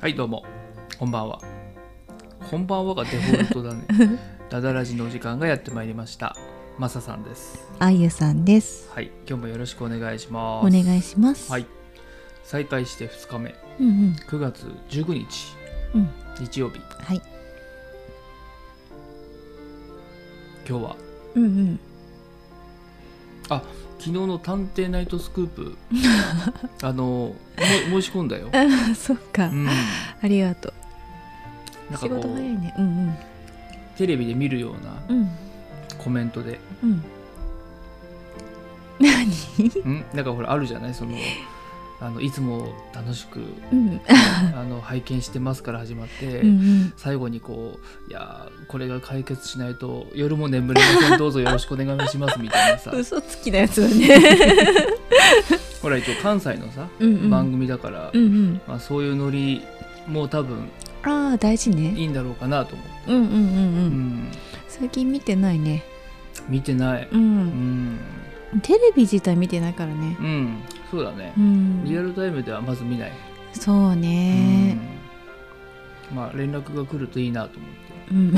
はいどうもこんばんはこんばんはがデフォル トだねダダラジのお時間がやってまいりましたマサさんですあゆさんです。はい今日もよろしくお願いしますお願いします。はい。再開して2日目うんうん9月19日うん。日曜日はい。今日はうんうん。昨日の探偵ナイトスクー プあのも申し込んだよ、あ、そっかう。ん、ありがとう。なんか仕こ事早いうね。うんテレビで見るようなうん。うんコメント で、うん。何？うん、なんかほらあるじゃないそのあのいつも楽しくうんあの拝見してますから始まって、うん最後にこういやーこれが解決しないと夜も眠れませんどうぞよろしくお願いしますみたいな さうん。嘘つきなやつだ ね。ほら一応関西のさ、うんうん。番組だから、うんうん。まあ、そういうノリも多分ああ大事ね。いいんだろうかなと思って、うんうんうんううん。ん、最近見てないね。見てない、う。うんんテレビ自体見てないからね。うん、そうだねう、リアん。ルタイムではまず見ない、そうね。うんまあ連絡が来るといいなと思っうん。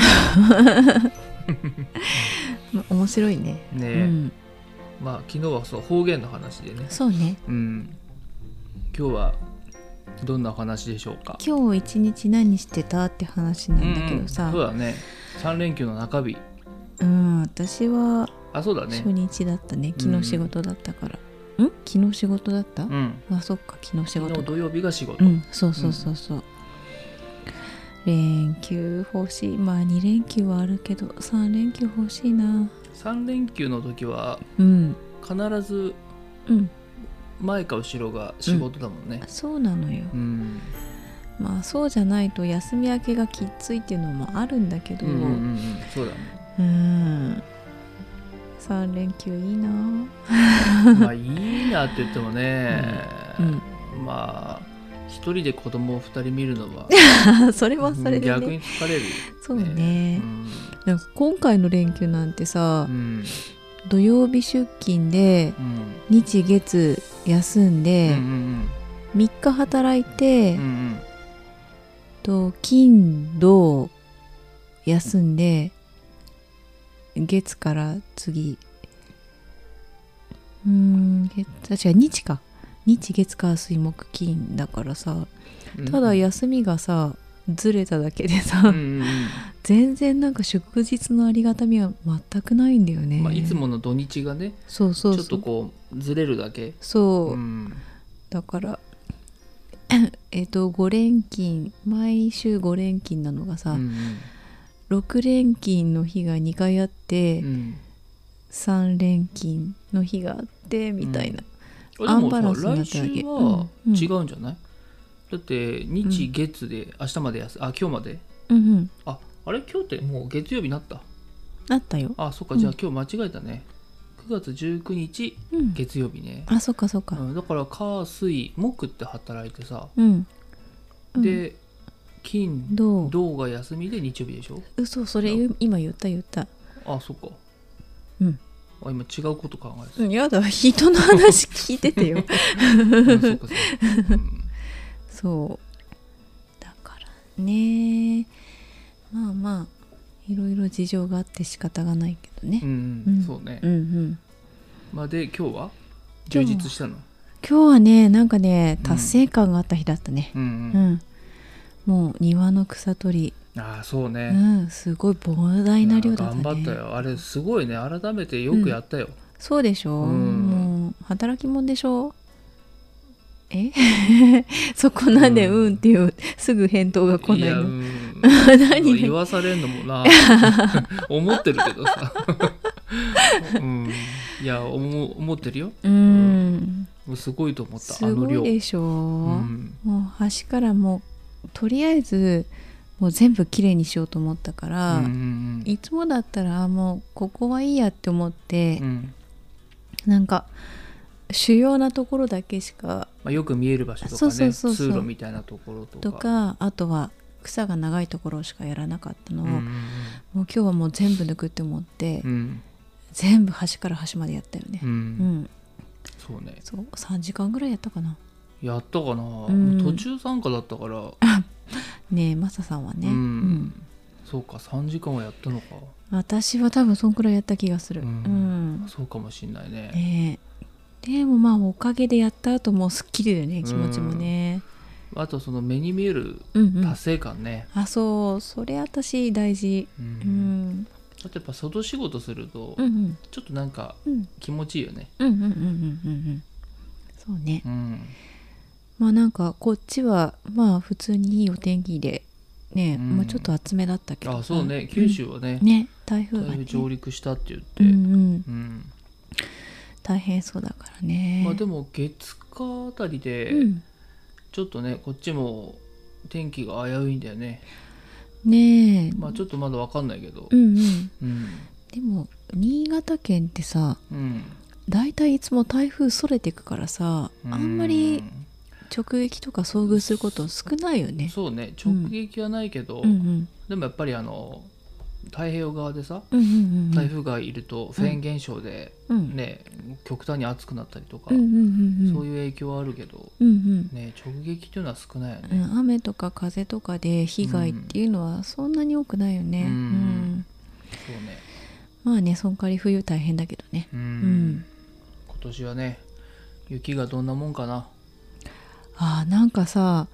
ま 面白いね。てね、うん。まあ昨日はそう方言の話でね、そうね。うん、今日はどんなお話でしょうか今日一日何してたって話なんだけどうさん、そうだね3連休の中日うん私はあそうだね初日だったね昨日仕事だったから、ん昨日仕事だった、うんあそっか昨日仕昨事日か土曜日が仕事、うんそうそうそうそう、連休欲しいまあ2連休はあるけど3連休欲しいな3連休の時はうん必ずうん前か後ろが仕事だもんねそうなのようん、まあそうじゃないと休み明けがきっついっていうのもあるんだけどうんうんうんうんそうだ ねうん3連休いい なまあいいなって言ってもね、うんまあ一人で子供を二人見るの はあそれはそれで、ね、逆に疲れるそうねうんなんか今回の連休なんてさう、ん土曜日出勤でうん日月休んうんうで、ん3日働いて、うんうんと金土休んで月から次うーん月あ違う日か日月火水木金だからさうんただ休みがさずれただけでさ、うんうんうん全然なんか祝日のありがたみは全くないんだよね。まあ、いつもの土日がねそうそうちょそっとう。こうずれるだけ、そう、うんだから えっと5連勤毎週5連勤なのがうさ、ん6連勤の日が2回あって、うん、 3連勤の日があってみたいな。でアンバもランスさにな来った週わけはうんうん違うんじゃない、だって日月で明日まで休あ今日までうんうんああれ今日ってもう月曜日になったあったよ。あそっかじゃあ今日間違えたね、9月19日うん、月曜日ね、あそっかそっか。うん、だから火水木って働いてさ、うん。うん、で金どう土が休みで日曜日でしょ嘘それ今言った言った。あそっかうんあ今違うこと考えてたうんやだ人の話聞いて てよ。うんそっかそっか、 うんそうだからねまあまあいろいろ事情があって仕方がないけどねう、んうんそうねう。んうんまあ、で今日は充実したの。今日はねなんかねうん達成感があった日だったねううんん、もう庭の草取り、うん。ああそううね。ん、すごい膨大な量だったね頑張ったよ。あれすごいね。改めてよくやったよ。そうでしょ、うんもう働き者でしょ えそこなんでううんんっていうすぐ返答が来ないや、うのん 何言わされんのも な。思ってるけどさ。うん。いや思思ってるよ。うんもうすごいと思った。あすのごい量。でしょ、うん。もう端からもうとりあえずもう全部きれいにしようと思ったかうら、んうんいつもだったらあもうここはいいやって思ってう、ん。なんか主要なところだけしかまあよく見える場所とかそうそね。うそうそう通路みたいなところととか。かあとは草が長いところしかやらなかったのを、うんうもうん今日はもう全部抜くって思って、うん。全部端から端までやったよねう、。うんんそうね。そう3時間ぐらいやったかなやったかな、ん途中参加だったからねえマサさんはね、ううんんそうか3時間はやったのか私は多分そんくらいやった気がするううんん、そうかもしんないねねえでもまあおかげでやった後もすっきりだよね気持ちもね、あとその目に見えるうん、うん達成感ね、あそうそれ私大事うんうんあとやっぱ外仕事するとうんうんちょっとなんかうん気持ちいいよねうんうんうんうんうんうんそうねうんまあなんかこっちはまあ普通にいいお天気でね、うんまあちょっと厚めだったけどあそうね九州はねうんね台風だがいぶね上陸したって言って、ううんうんん大変そうだからねまあ、でも月火あたりでうんちょっとねこっちも天気が危ういんだよね、ねえ、まあ、ちょっとまだわかんないけどう、んうんうんでも新潟県ってさうん、大体いつも台風それていくからさあんまり直撃とか遭遇すること少ないようんねそうね直撃はないけど、うんうんでもやっぱりあの太平洋側でさうんうんうん台風がいるとフェーン現象で、うんね極端に暑くなったりとか、うんうんうんそういう影響はあるけど、うんうんね、直撃っていうのは少ないよね。うん雨とか風とかで被害っていうのはそんなに多くないようね、んうんそうねまあねそんかり冬大変だけどねうん、うん今年はね雪がどんなもんかなあーなんかさ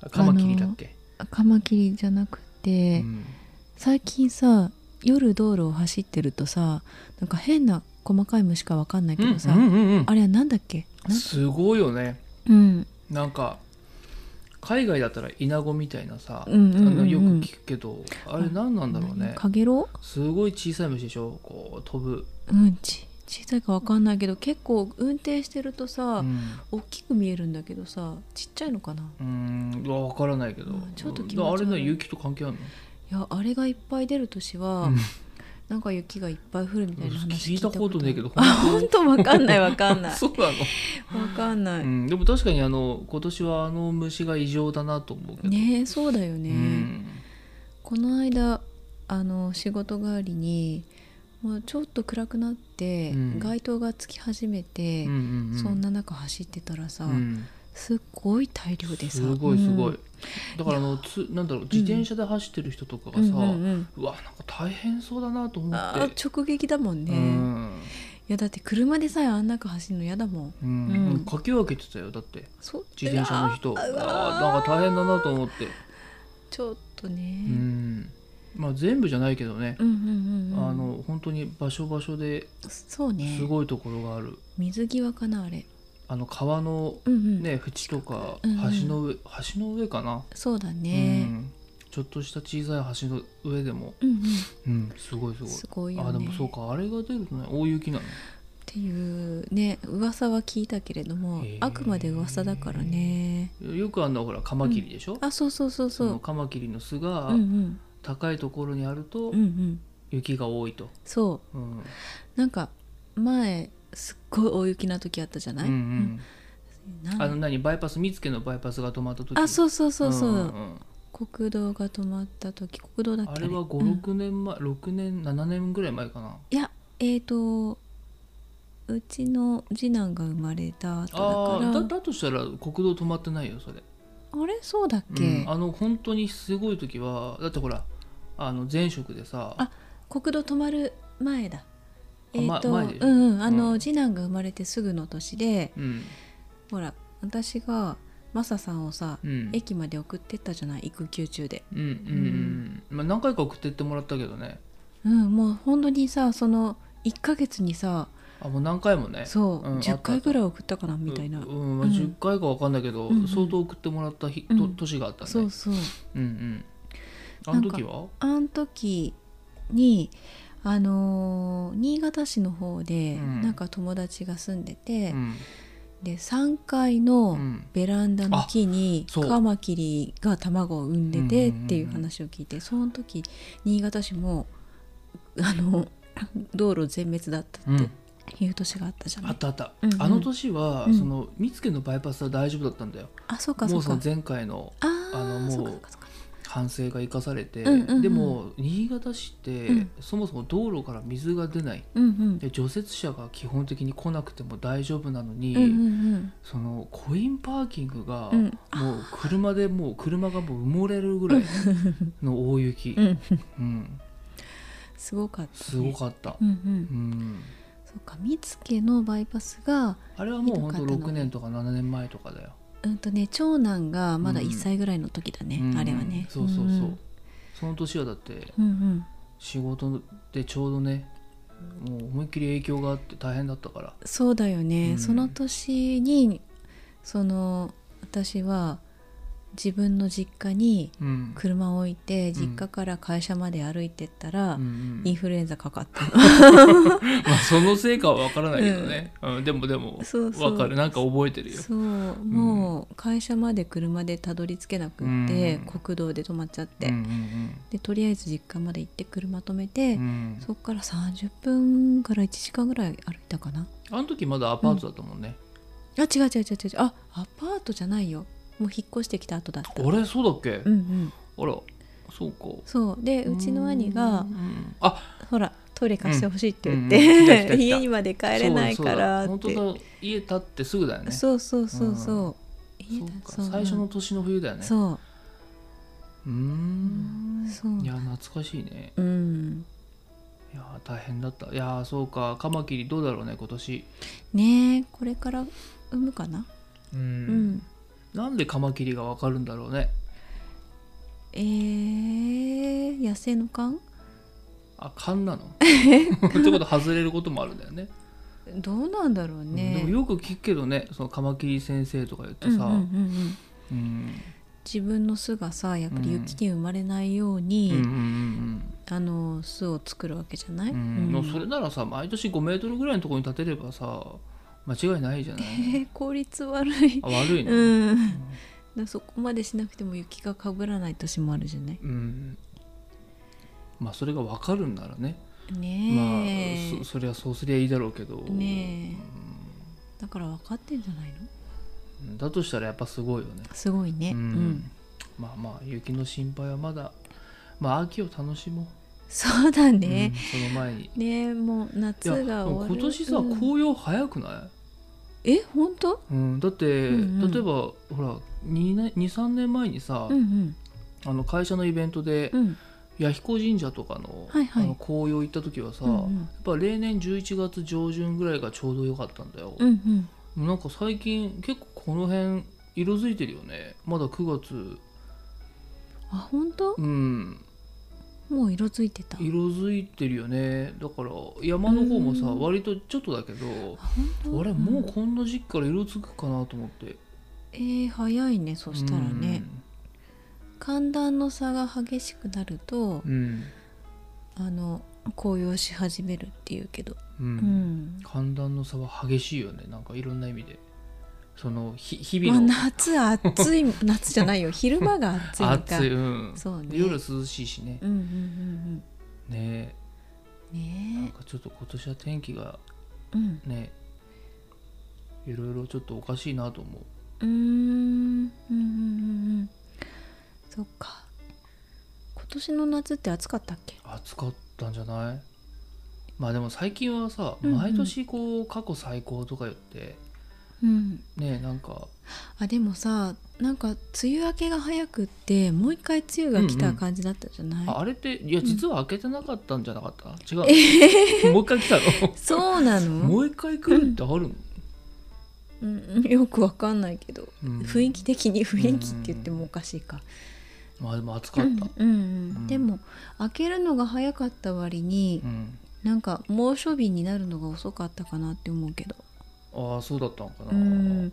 あカマキリだっけ、カマキリじゃなくて、うん最近さ夜道路を走ってるとさなんか変な細かい虫かわかんないけどさ、うんうんうんあれはなんだっけなんすごいよねうんなんか海外だったらイナゴみたいなさ、うんうんうんうんあのよく聞くけどあれ何なんだろうねかげろすごい小さい虫でしょこう飛ぶ、ううんち小さいかわかんないけど結構運転してるとさ、うん大きく見えるんだけどさちっちゃいのかなうんうわ分からないけど、うんちょっと気持ち悪いあれね雪と関係あるのいやあれがいっぱい出る年は、うんなんか雪がいっぱい降るみたいな話聞いたことないけどあ本当わかんないわかんないそうなの、わかんなうい、ん、でも確かにあの今年はあの虫が異常だなと思うけどねえそうだようね、んこの間あの仕事帰りにもうちょっと暗くなって、うん街灯がつき始めて、うんうんうんそんな中走ってたらさ、うんすっごい大量でさすごいすごい、うんだからあのつなんだろう自転車で走ってる人とかがさ、ううんうんうんわなんか大変そうだなと思ってあー直撃だもんね、ういんやだって車でさえあん中走るの嫌だもんうんうんうんかき分けてたよだってそう自転車の人うあわーうあわーなんか大変だなと思って、ちょっとうね、んまあ、全部じゃないけどねう、ん、うんうんうんあの本当に場所場所でそうねすごいところがある、水際かなあれあの川のうんうんね縁とかうんうん橋の上、橋の上かな、そうだうねん、ちょっとした小さい橋の上でも、うんうん、すごいすうごいんすごいよねあでもそうっかあれが出るとね大雪なのていうね噂は聞いたけれどへもーあくまで噂だからねよくあんなほらカマキリでしょ、あそうそうそうそそのうカマキリの巣うがんうん高いところにあるとうんうん雪が多いと、そうんうなんか前すっごい大雪な時あったじゃうんなうい、んうんなんあの何バイパス見つけのバイパスが止まった時あそうそうそうそう、んん国道が止まった時国道だうっんけあれはうん56年前、6年7年ぐらい前かないやえっ、とうちの次男が生まれあたー後だだからだとしたら国道止まってないよそれ、あれそうだっけ、うん、あの本当にすごい時はだってほらあの前職でさあ国土止まる前だえっ、まと、前でしょうんうんあの、うん次男が生まれてすぐの年でうんほら私がマサさんをさ、うん駅まで送ってったじゃない育休中でうんうんうんうんまあ、何回か送ってってもらったけどねうんもう本当にさその1ヶ月にさあもう何回もねそう、うんあ10ったあ回ったぐらい送ったかなみたいな、うん、まあうん10回かわかんないけど、うんうん相当送ってもらった日、とうん年があったねそうそううんうんあの時はあの時にあのー新潟市の方で、うんなんか友達が住んでて、うんで3階の、うんベランダの木にあそうカマキリが卵を産んでてうんうんうんうんっていう話を聞いてその時新潟市もあの道路全滅だったうっんていう年があったじゃなあい、ったあった、うんうんあの年は、うんその見附のバイパスは大丈夫だったんだよあそうかそもううそかの前回のあーあのもうそうかそうかそうか反省が生かされて、うんうんうんでも新潟市って、うんそもそも道路から水が出ないうんうんで除雪車が基本的に来なくても大丈夫なのに、うんうんそのコインパーキングが、うんもう車でもう車がもう埋もれるぐらいの大雪、うんうんうんすごかった、ね、すごかった、うんうんうん、そうか見附のバイパスがあれはもうほんとひどかった6な年とか7年前とかだよ、うんとね長男がまだうん1歳ぐらいの時だね、うんあれはねそうそうそう、うんその年はだってうんうん仕事でちょうどねもう思いっきり影響があって大変だったからそうだよね、うんその年にその私は自分の実家にうん車を置いて実家から会社まで歩いてったら、うんうんインフルエンザかかったまあ、その成果は分からないけどね、うんでもでもそうそう分かるなんか覚えてるよそうもう会社まで車でたどり着けなくって、うん国道で止まっちゃって、うんうんでとりあえず実家まで行って車止めて、うんうんそっから30分から1時間ぐらい歩いたかなあの時まだアパートだったもんね、あ違う違う違う違うあアパートじゃないよもう引っ越してきた後だったあれそうだっけ、うんうんあらそうかそうでうちの兄がうんうんあほらトイレ貸してほしいって言っうんうん来た来たて来た家にまで帰れないからっそうだそうてだ本当だ家建ってすぐだよねそうそうそうそう家そうだかそう最初の年の冬だよねうそーんうそういや懐かしいねうんいや大変だったいやそうかカマキリどうだろうね今年ねえこれから産むかなうん、うんなんでカマキリがわかるんだろうねえー野生の勘あ勘 なのってことは外れることもあるんだよねどうなんだろうでもねよく聞くけどねそのカマキリ先生とか言ってうんうんさ、うんうんうん自分の巣がさやっぱりうん雪に生まれないよううんに、うんうんあの巣を作るわけじゃない、うんうんもうそれならさ毎年5メートルぐらいのところに立てればさ間違いないじゃないえ ー効率悪いあ悪いの、うん、だからそこまでしなくても雪がかぶらない年もあるじゃないうんまあそれが分かるんならね、ねえ、まあそそりゃそうすりゃいいだろうけど、ねだから分かってんじゃないのうんだとしたらやっぱすごいよね、すごいねううん、ん、まあまあ雪の心配はまだまあ秋を楽しもそうだう、ね、うんその前にねえもうい夏やがで終もわる今年さ、うん紅葉早くないえ本当うん、だって、うんうん例えばほら23年前にさ、うんうんあの会社のイベントで、うん弥彦神社とかの,、はいはいあの紅葉行った時はさ、うんうんやっぱ例年11月上旬ぐらいがちょうど良かったんだよ、うんうんなんか最近結構この辺色づいてるよねまだ9月あ本当うんもう色づいてた色づいてるよねだから山の方もさ、うん割とちょっとだけどあ本当あれもうこんな時期から色づくかなと思ってえー、早いねそしたらうね、ん寒暖の差が激しくなるとうんあの紅葉し始めるっていうけど、ううんん寒暖の差は激しいよねなんかいろんな意味でそのひ日まあ、々の夏暑い 夏じゃないよ昼間が暑いのか暑い、うん、そうね夜涼しいしねうんうんうんねうえなんんねかちょっと今年は天気がえうんねいろいろちょっとおかしいなと思ううーんうんうんうんうんそっか今年の夏って暑かったっけ暑かったんじゃないまあでも最近はさ、うんうん毎年こう過去最高とか言ってうんねえなんかあでもさなんか梅雨明けが早くってもう一回梅雨が来た感じだったじゃない、ああれっていやん実は開けてなかったんじゃなかった、違う、えもう一回来たのー、そうなのもう一回来るってあるの、うん、よくわかんないけど、うん雰囲気的に雰囲気って言ってもおかしいか。まあでも暑かったうんうんうんでも開けるのが早かった割にうん、なんか猛暑日になるのが遅かったかなって思うけど、ああそうだったのかな、うん、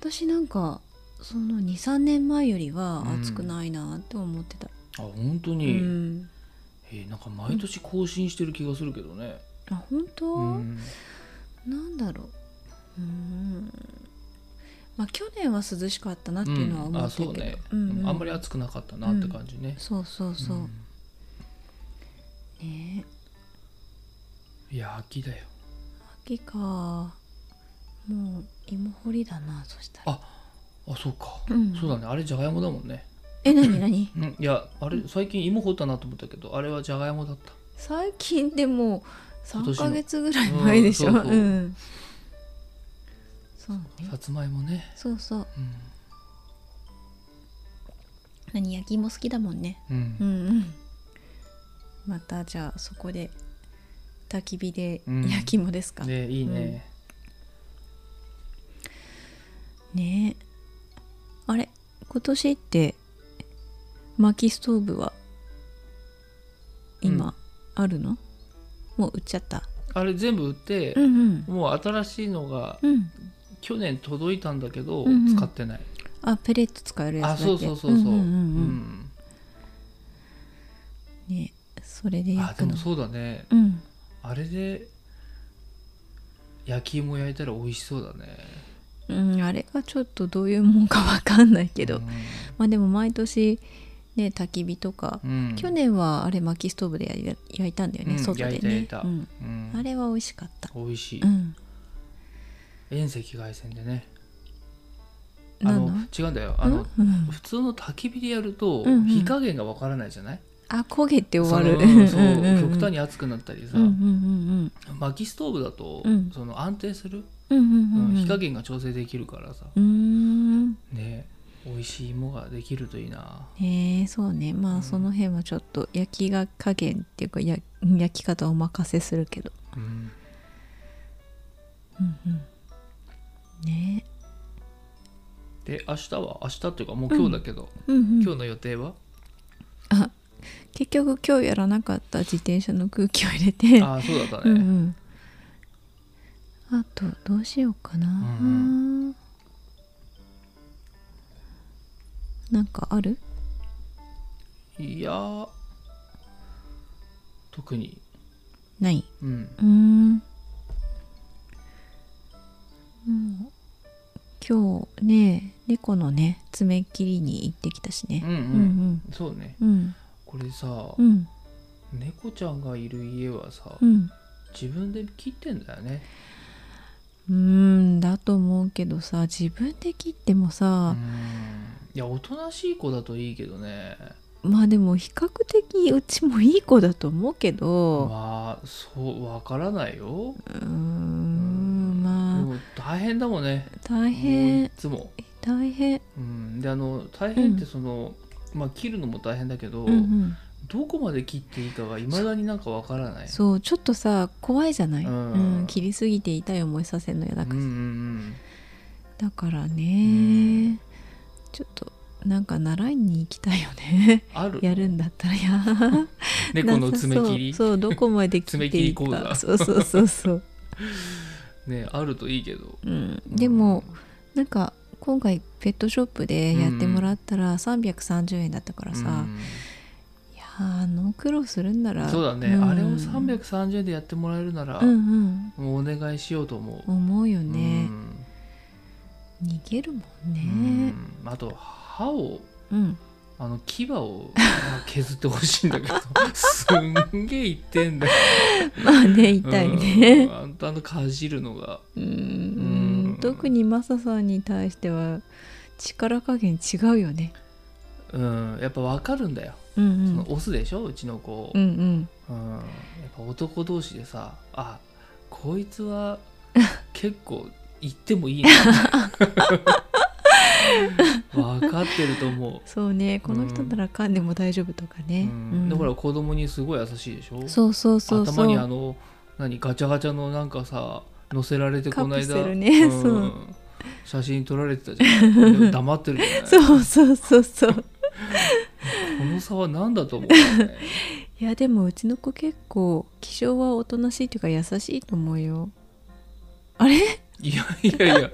私なんかその23年前よりはうん暑くないなって思ってた、あ本当うに、んえーなんか毎年更新してる気がするけどね、あ本当、うんなんだろううんまあ去年は涼しかったなっていうのはうん思あったけそど、ううんね、うあんまり暑くなかったなって感じね、そうそうそう、んねえいや秋だよ秋かもう芋掘りだなそしたらあそうか、うんそうだねあれじゃがいもだもんねえ何何うんいやあれ最近芋掘ったなと思ったけどあれはじゃがいもだった最近でも今3年のヶ月ぐらい前でしょううんんそうそうそうねさつまいもねそうそうう何焼き芋好きだもんねん、うんうんうんまたじゃあそこで焚き火でうん焼き芋ですか、ねいいね、ねえあれ今年って薪ストーブは今あるの、もう売っちゃったあれ全部売って、んうんもう新しいのがうん去年届いたんだけど、うんうん使ってないあペレット使えるやあつだっけそうそうそうそう,、んうんうんうんねえそれでうんあ焼でくのもそうだねうんあれで焼き芋焼いたら美味しそうだねうん、あれがちょっとどういうもんかわかんないけど、うんまあでも毎年ね焚き火とか、うん去年はあれ薪ストーブでやり焼いたんだよね、うん外でね焼いた焼いたうん、うんあれは美味しかった、美味しい、うん、遠赤外線でねあ何のの違うんだよあの、うん、普通の焚き火でやると、うんうん火加減がわからないじゃないあ焦げて終わるそ のそうんんん極端に熱くなったりさ、うんうん薪ストーブだと、うんその安定する、うんうんうんううんうんん火加減が調整できるからさうーんね美味しい芋ができるといいなへえそうねまあ、うんその辺はちょっと焼きが加減っていうかや焼き方お任せするけどうんうんうんねで明日は明日っていうかもう今日だけど、えうんう今ん日の予定は、あ結局今日やらなかった自転車の空気を入れてああそうだったね、うんうんあとどうしようかな、うなんかあるいやー特にないううーんもう今日ね猫のね爪切りに行ってきたしん、うねんううんんそうねうんうんこれさ、うん猫ちゃんがいる家はさ、うん自分で切ってんだよねうーんだと思うけどさ自分で切ってもうさん、いやおとなしい子だといいけどねまあでも比較的うちもいい子だと思うけどまあそうわからないようーんでまあも大変だもんね大もう変いつも、大変うん、であの大変ってその、まあ切るのも大変だけど、うんうんどこまで切っていいかがいまだになんかわからないそうちょっとさ怖いじゃない、ううんん切りすぎて痛い思いさせるのやだうかんうらんうんだからうねちょっとなんか習いに行きたいよ ねあるやるんだったらいや猫の爪切なりさそうそうどこまで切爪っ切てりいい講座かそうそうそうそう、ねあるといいけどうん、でも、なんか今回ペットショップでやってもらったら330円だったからさ、うんいやーあの苦労するんならそうだね、んあれを330円でやってもらえるなら、うんうんもうお願いしようと思う、思うようんね、逃げるもんうんねあと歯をうん、あの牙を 削ってほしいんだけどすんげえ痛ってんだよまあね痛いね、うんあんたのかじるのがううんん特にマサさんに対しては力加減違うよね。うんやっぱわかるんだよ、うんうそんのオスでしょうちの子、うんうんうんやっぱ男同士でさあこいつ は結構言ってもいいな分かってると思そうねこの人なら噛んでも大丈夫とかう、うね。ん、だから子供にすごい優しいでしょそうそうそうそう。頭にあの何ガチャガチャのなんかさ乗せられてこの間カプセルねうん そう写真撮られてたじゃんでも黙ってるじゃない そうそうそうそう。この差は何だと思うんだよねいやでもうちの子結構気性はおとなしいというか優しいと思うよ。あれいやいやいや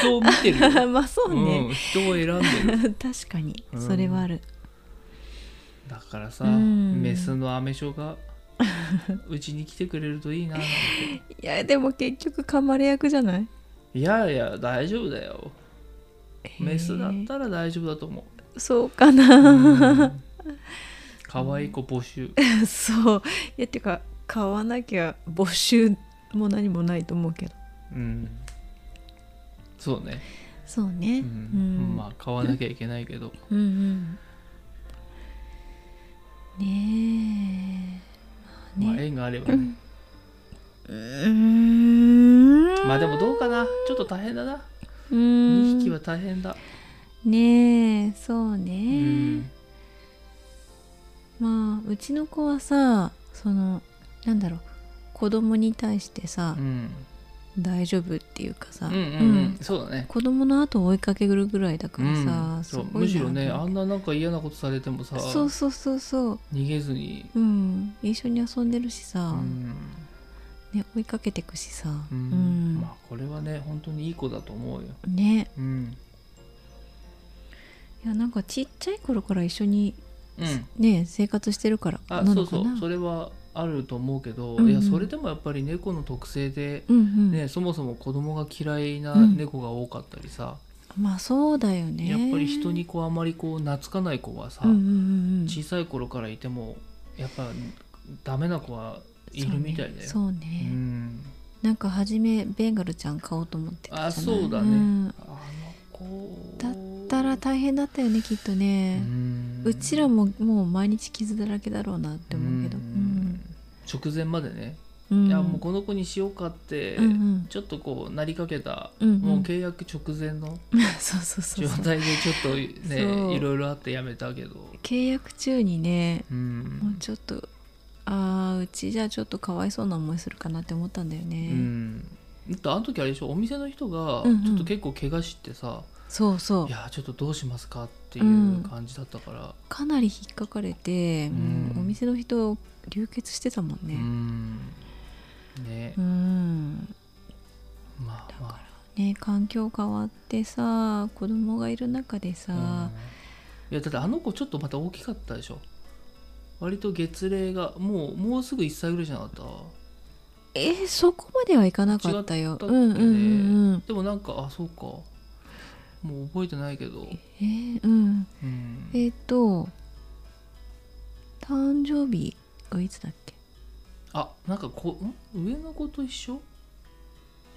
人を見てるよ、 まあそうね。うん、人を選んでる確かにうんそれはある。だからさ、うんメスのアメショがうちに来てくれるといいななんていやでも結局噛まれ役じゃないいやいや大丈夫だよメスだったら大丈夫だと思そうかう、な。うん、可愛い子募集 そういやてか買わなきゃ募集も何もないと思うけどうんそうね、そうねううんん、まあ買わなきゃいけないけどうんうんねえままああね、縁があればねうーんまあでもどうかなちょっと大変だなうーん2匹は大変だねえそうね、うんまあうちの子はさそのなんだろう子供に対してさう、ん大丈夫っていうかさ、うんうんうんうんそうだね子供の後を追いかけるぐらいだからさ、うん、すそうごいなむしろねあとんななんか嫌なことされてもさそうそうそうそう逃げずに、うん一緒に遊んでるしさう、んね、追いかけてくしさ、ううんんまあこれはね本当にいい子だと思うよ、ねうんいやなんかちっちゃい頃から一緒に、うん、ね生活してるからあなのかそうなそうそれはあると思うけど、うんうんいやそれでもやっぱり猫の特性で、うんうん、ね、そもそも子供が嫌いなうん猫が多かったりさ、まあそうだよねやっぱり人にこうあまりこう懐かない子はさ、うんうんうんうん小さい頃からいてもやっぱダメな子はいるみたいだよ。そうねそううねん、なんか初めベンガルちゃん買おうと思ってたじゃないあそうだね、んあの子だったら大変だったよねきっとね、んうちらももう毎日傷だらけだろうなって思うけど。うん直前までね、うんいやもうこの子にしようかって、うんうんちょっとこうなりかけた、うんうんもう契約直前の そうそうそう状そう態でちょっとねそういろいろあってやめたけど、契約中にねうもうんちょっとあーうちじゃちょっとかわいそうな思いするかなって思ったんだようね、ん、だってあの時あれでしょお店の人がうんうんちょっと結構怪我してさ「そうそういやちょっとどうしますか?」っていう感じだったから、かなり引っかかれて、うんもうお店の人流血してたもんうねんねうん、まあまあね環境変わってさ子供がいる中でさ、うんいやだってあの子ちょっとまた大きかったでしょ割と月齢がもうもうすぐ1歳ぐらいじゃなかったえーそこまではいかなかったよ違ったっうけねんうんうんうんでもなんかあそうかもう覚えてないけど、えーうんうんえっ、と誕生日はいつだっけあなんかこん上の子と一緒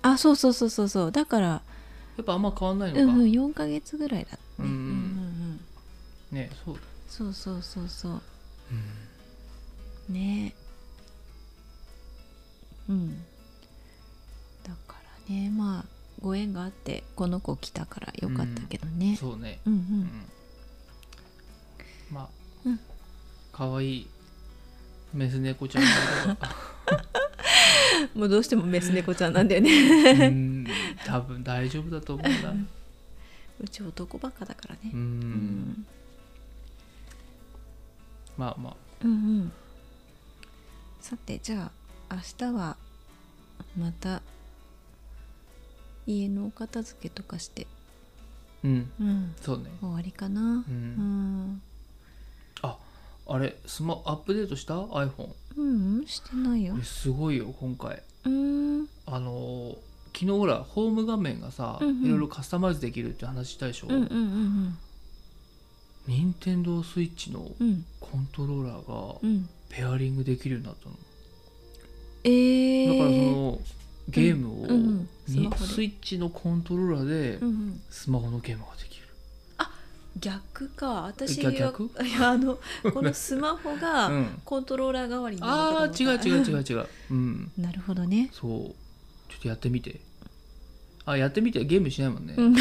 あそうそうそうそうそうだからやっぱあんま変わんないのうか、んうん4ヶ月ぐらいだったねうんうんうんねそうそうそうそうそうねうんだからねまあご縁があってこの子来たからよかったけどね、そうね、うん、ううんんまあ、うんかわいいメス猫ちゃんの こともうどうしてもメス猫ちゃんなんだよねがうん多分大丈夫だと思うんだ うち男ばっかだからねう、うんん、まあまあうんうんさてじゃあ明日はまた家のお片付けとかして、うんうん、そうね終わりかなう、うんん、ああれスマアップデートした iPhone うん、してないよえすごいよ今回うんあのー昨日ほらホーム画面がさ、うんうんいろいろカスタマイズできるって話したでしょ、うんうんうん任天堂スイッチのうんうんコントローラーがうんペアリングできるようになったの、えー、だからそのゲームを、うんうんスにマホでスイッチのコントローラーうでんうん、スマホのゲームができる、逆か私は逆逆いやあのこのスマホうがんコントローラー代わりになあるあ違う違う違うう違ううんなるほどねそうちょっとやってみてあやってみてゲームしないもんね、うん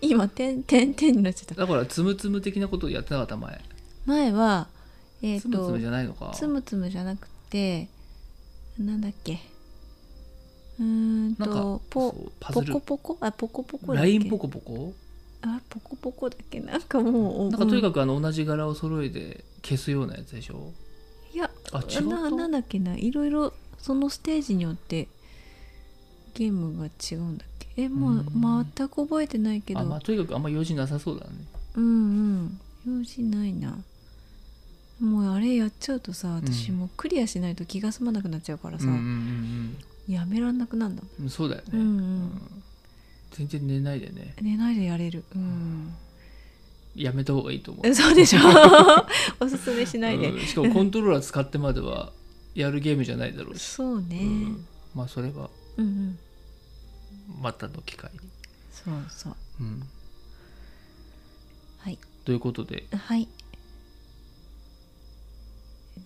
今点点点になっちゃっただからつむつむ的なことやってなかった前前はえっ、つむつむじとゃないのかつむつむじゃなくてなんだっけうーんなんかとポそうパポズルコポコあポコポコだっラけインポコポコあポコポコだっけなんかもうなんかとにかくくあの同じ柄を揃えて消すようなやつでしょいやあ違ったななんだっけないろいろそのステージによってゲームが違うんだっけえもううん全く覚えてないけどあ、まあ、とにかくあんま用事なさそうだねうんうん用事ないなもうあれやっちゃうとさ私うんもうクリアしないと気が済まなくなっちゃうからうさ、んうんやめらんなくなんだうんうんそうだよね、もん、うんううんん全然寝ないでね寝ないでやれるうん、やめた方がいいと思うえそうでしょ おすすめしないで、うんしかもコントローラー使ってまではやるゲームじゃないだろうし、そうね、うんまあそれはうんうんまたの機会に、そうそううん、はいということではい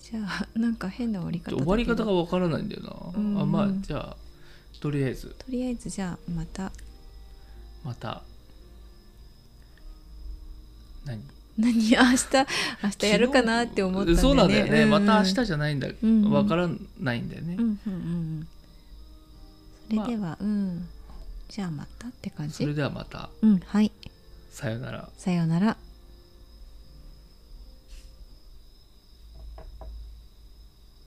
じゃあなんか変な終わり方ちょ終だけどわり方がわからないんだよな、うんあまあじゃあとりあえずとりあえずじゃあまたまた何何明日明日やるかなって思ったんだよねそうなんだよね、また明日うじゃないんだわ、うんからないんだよね、んうんうんうんそれでは、うんじゃあまたって感それじではまたうんはいさよならさようなら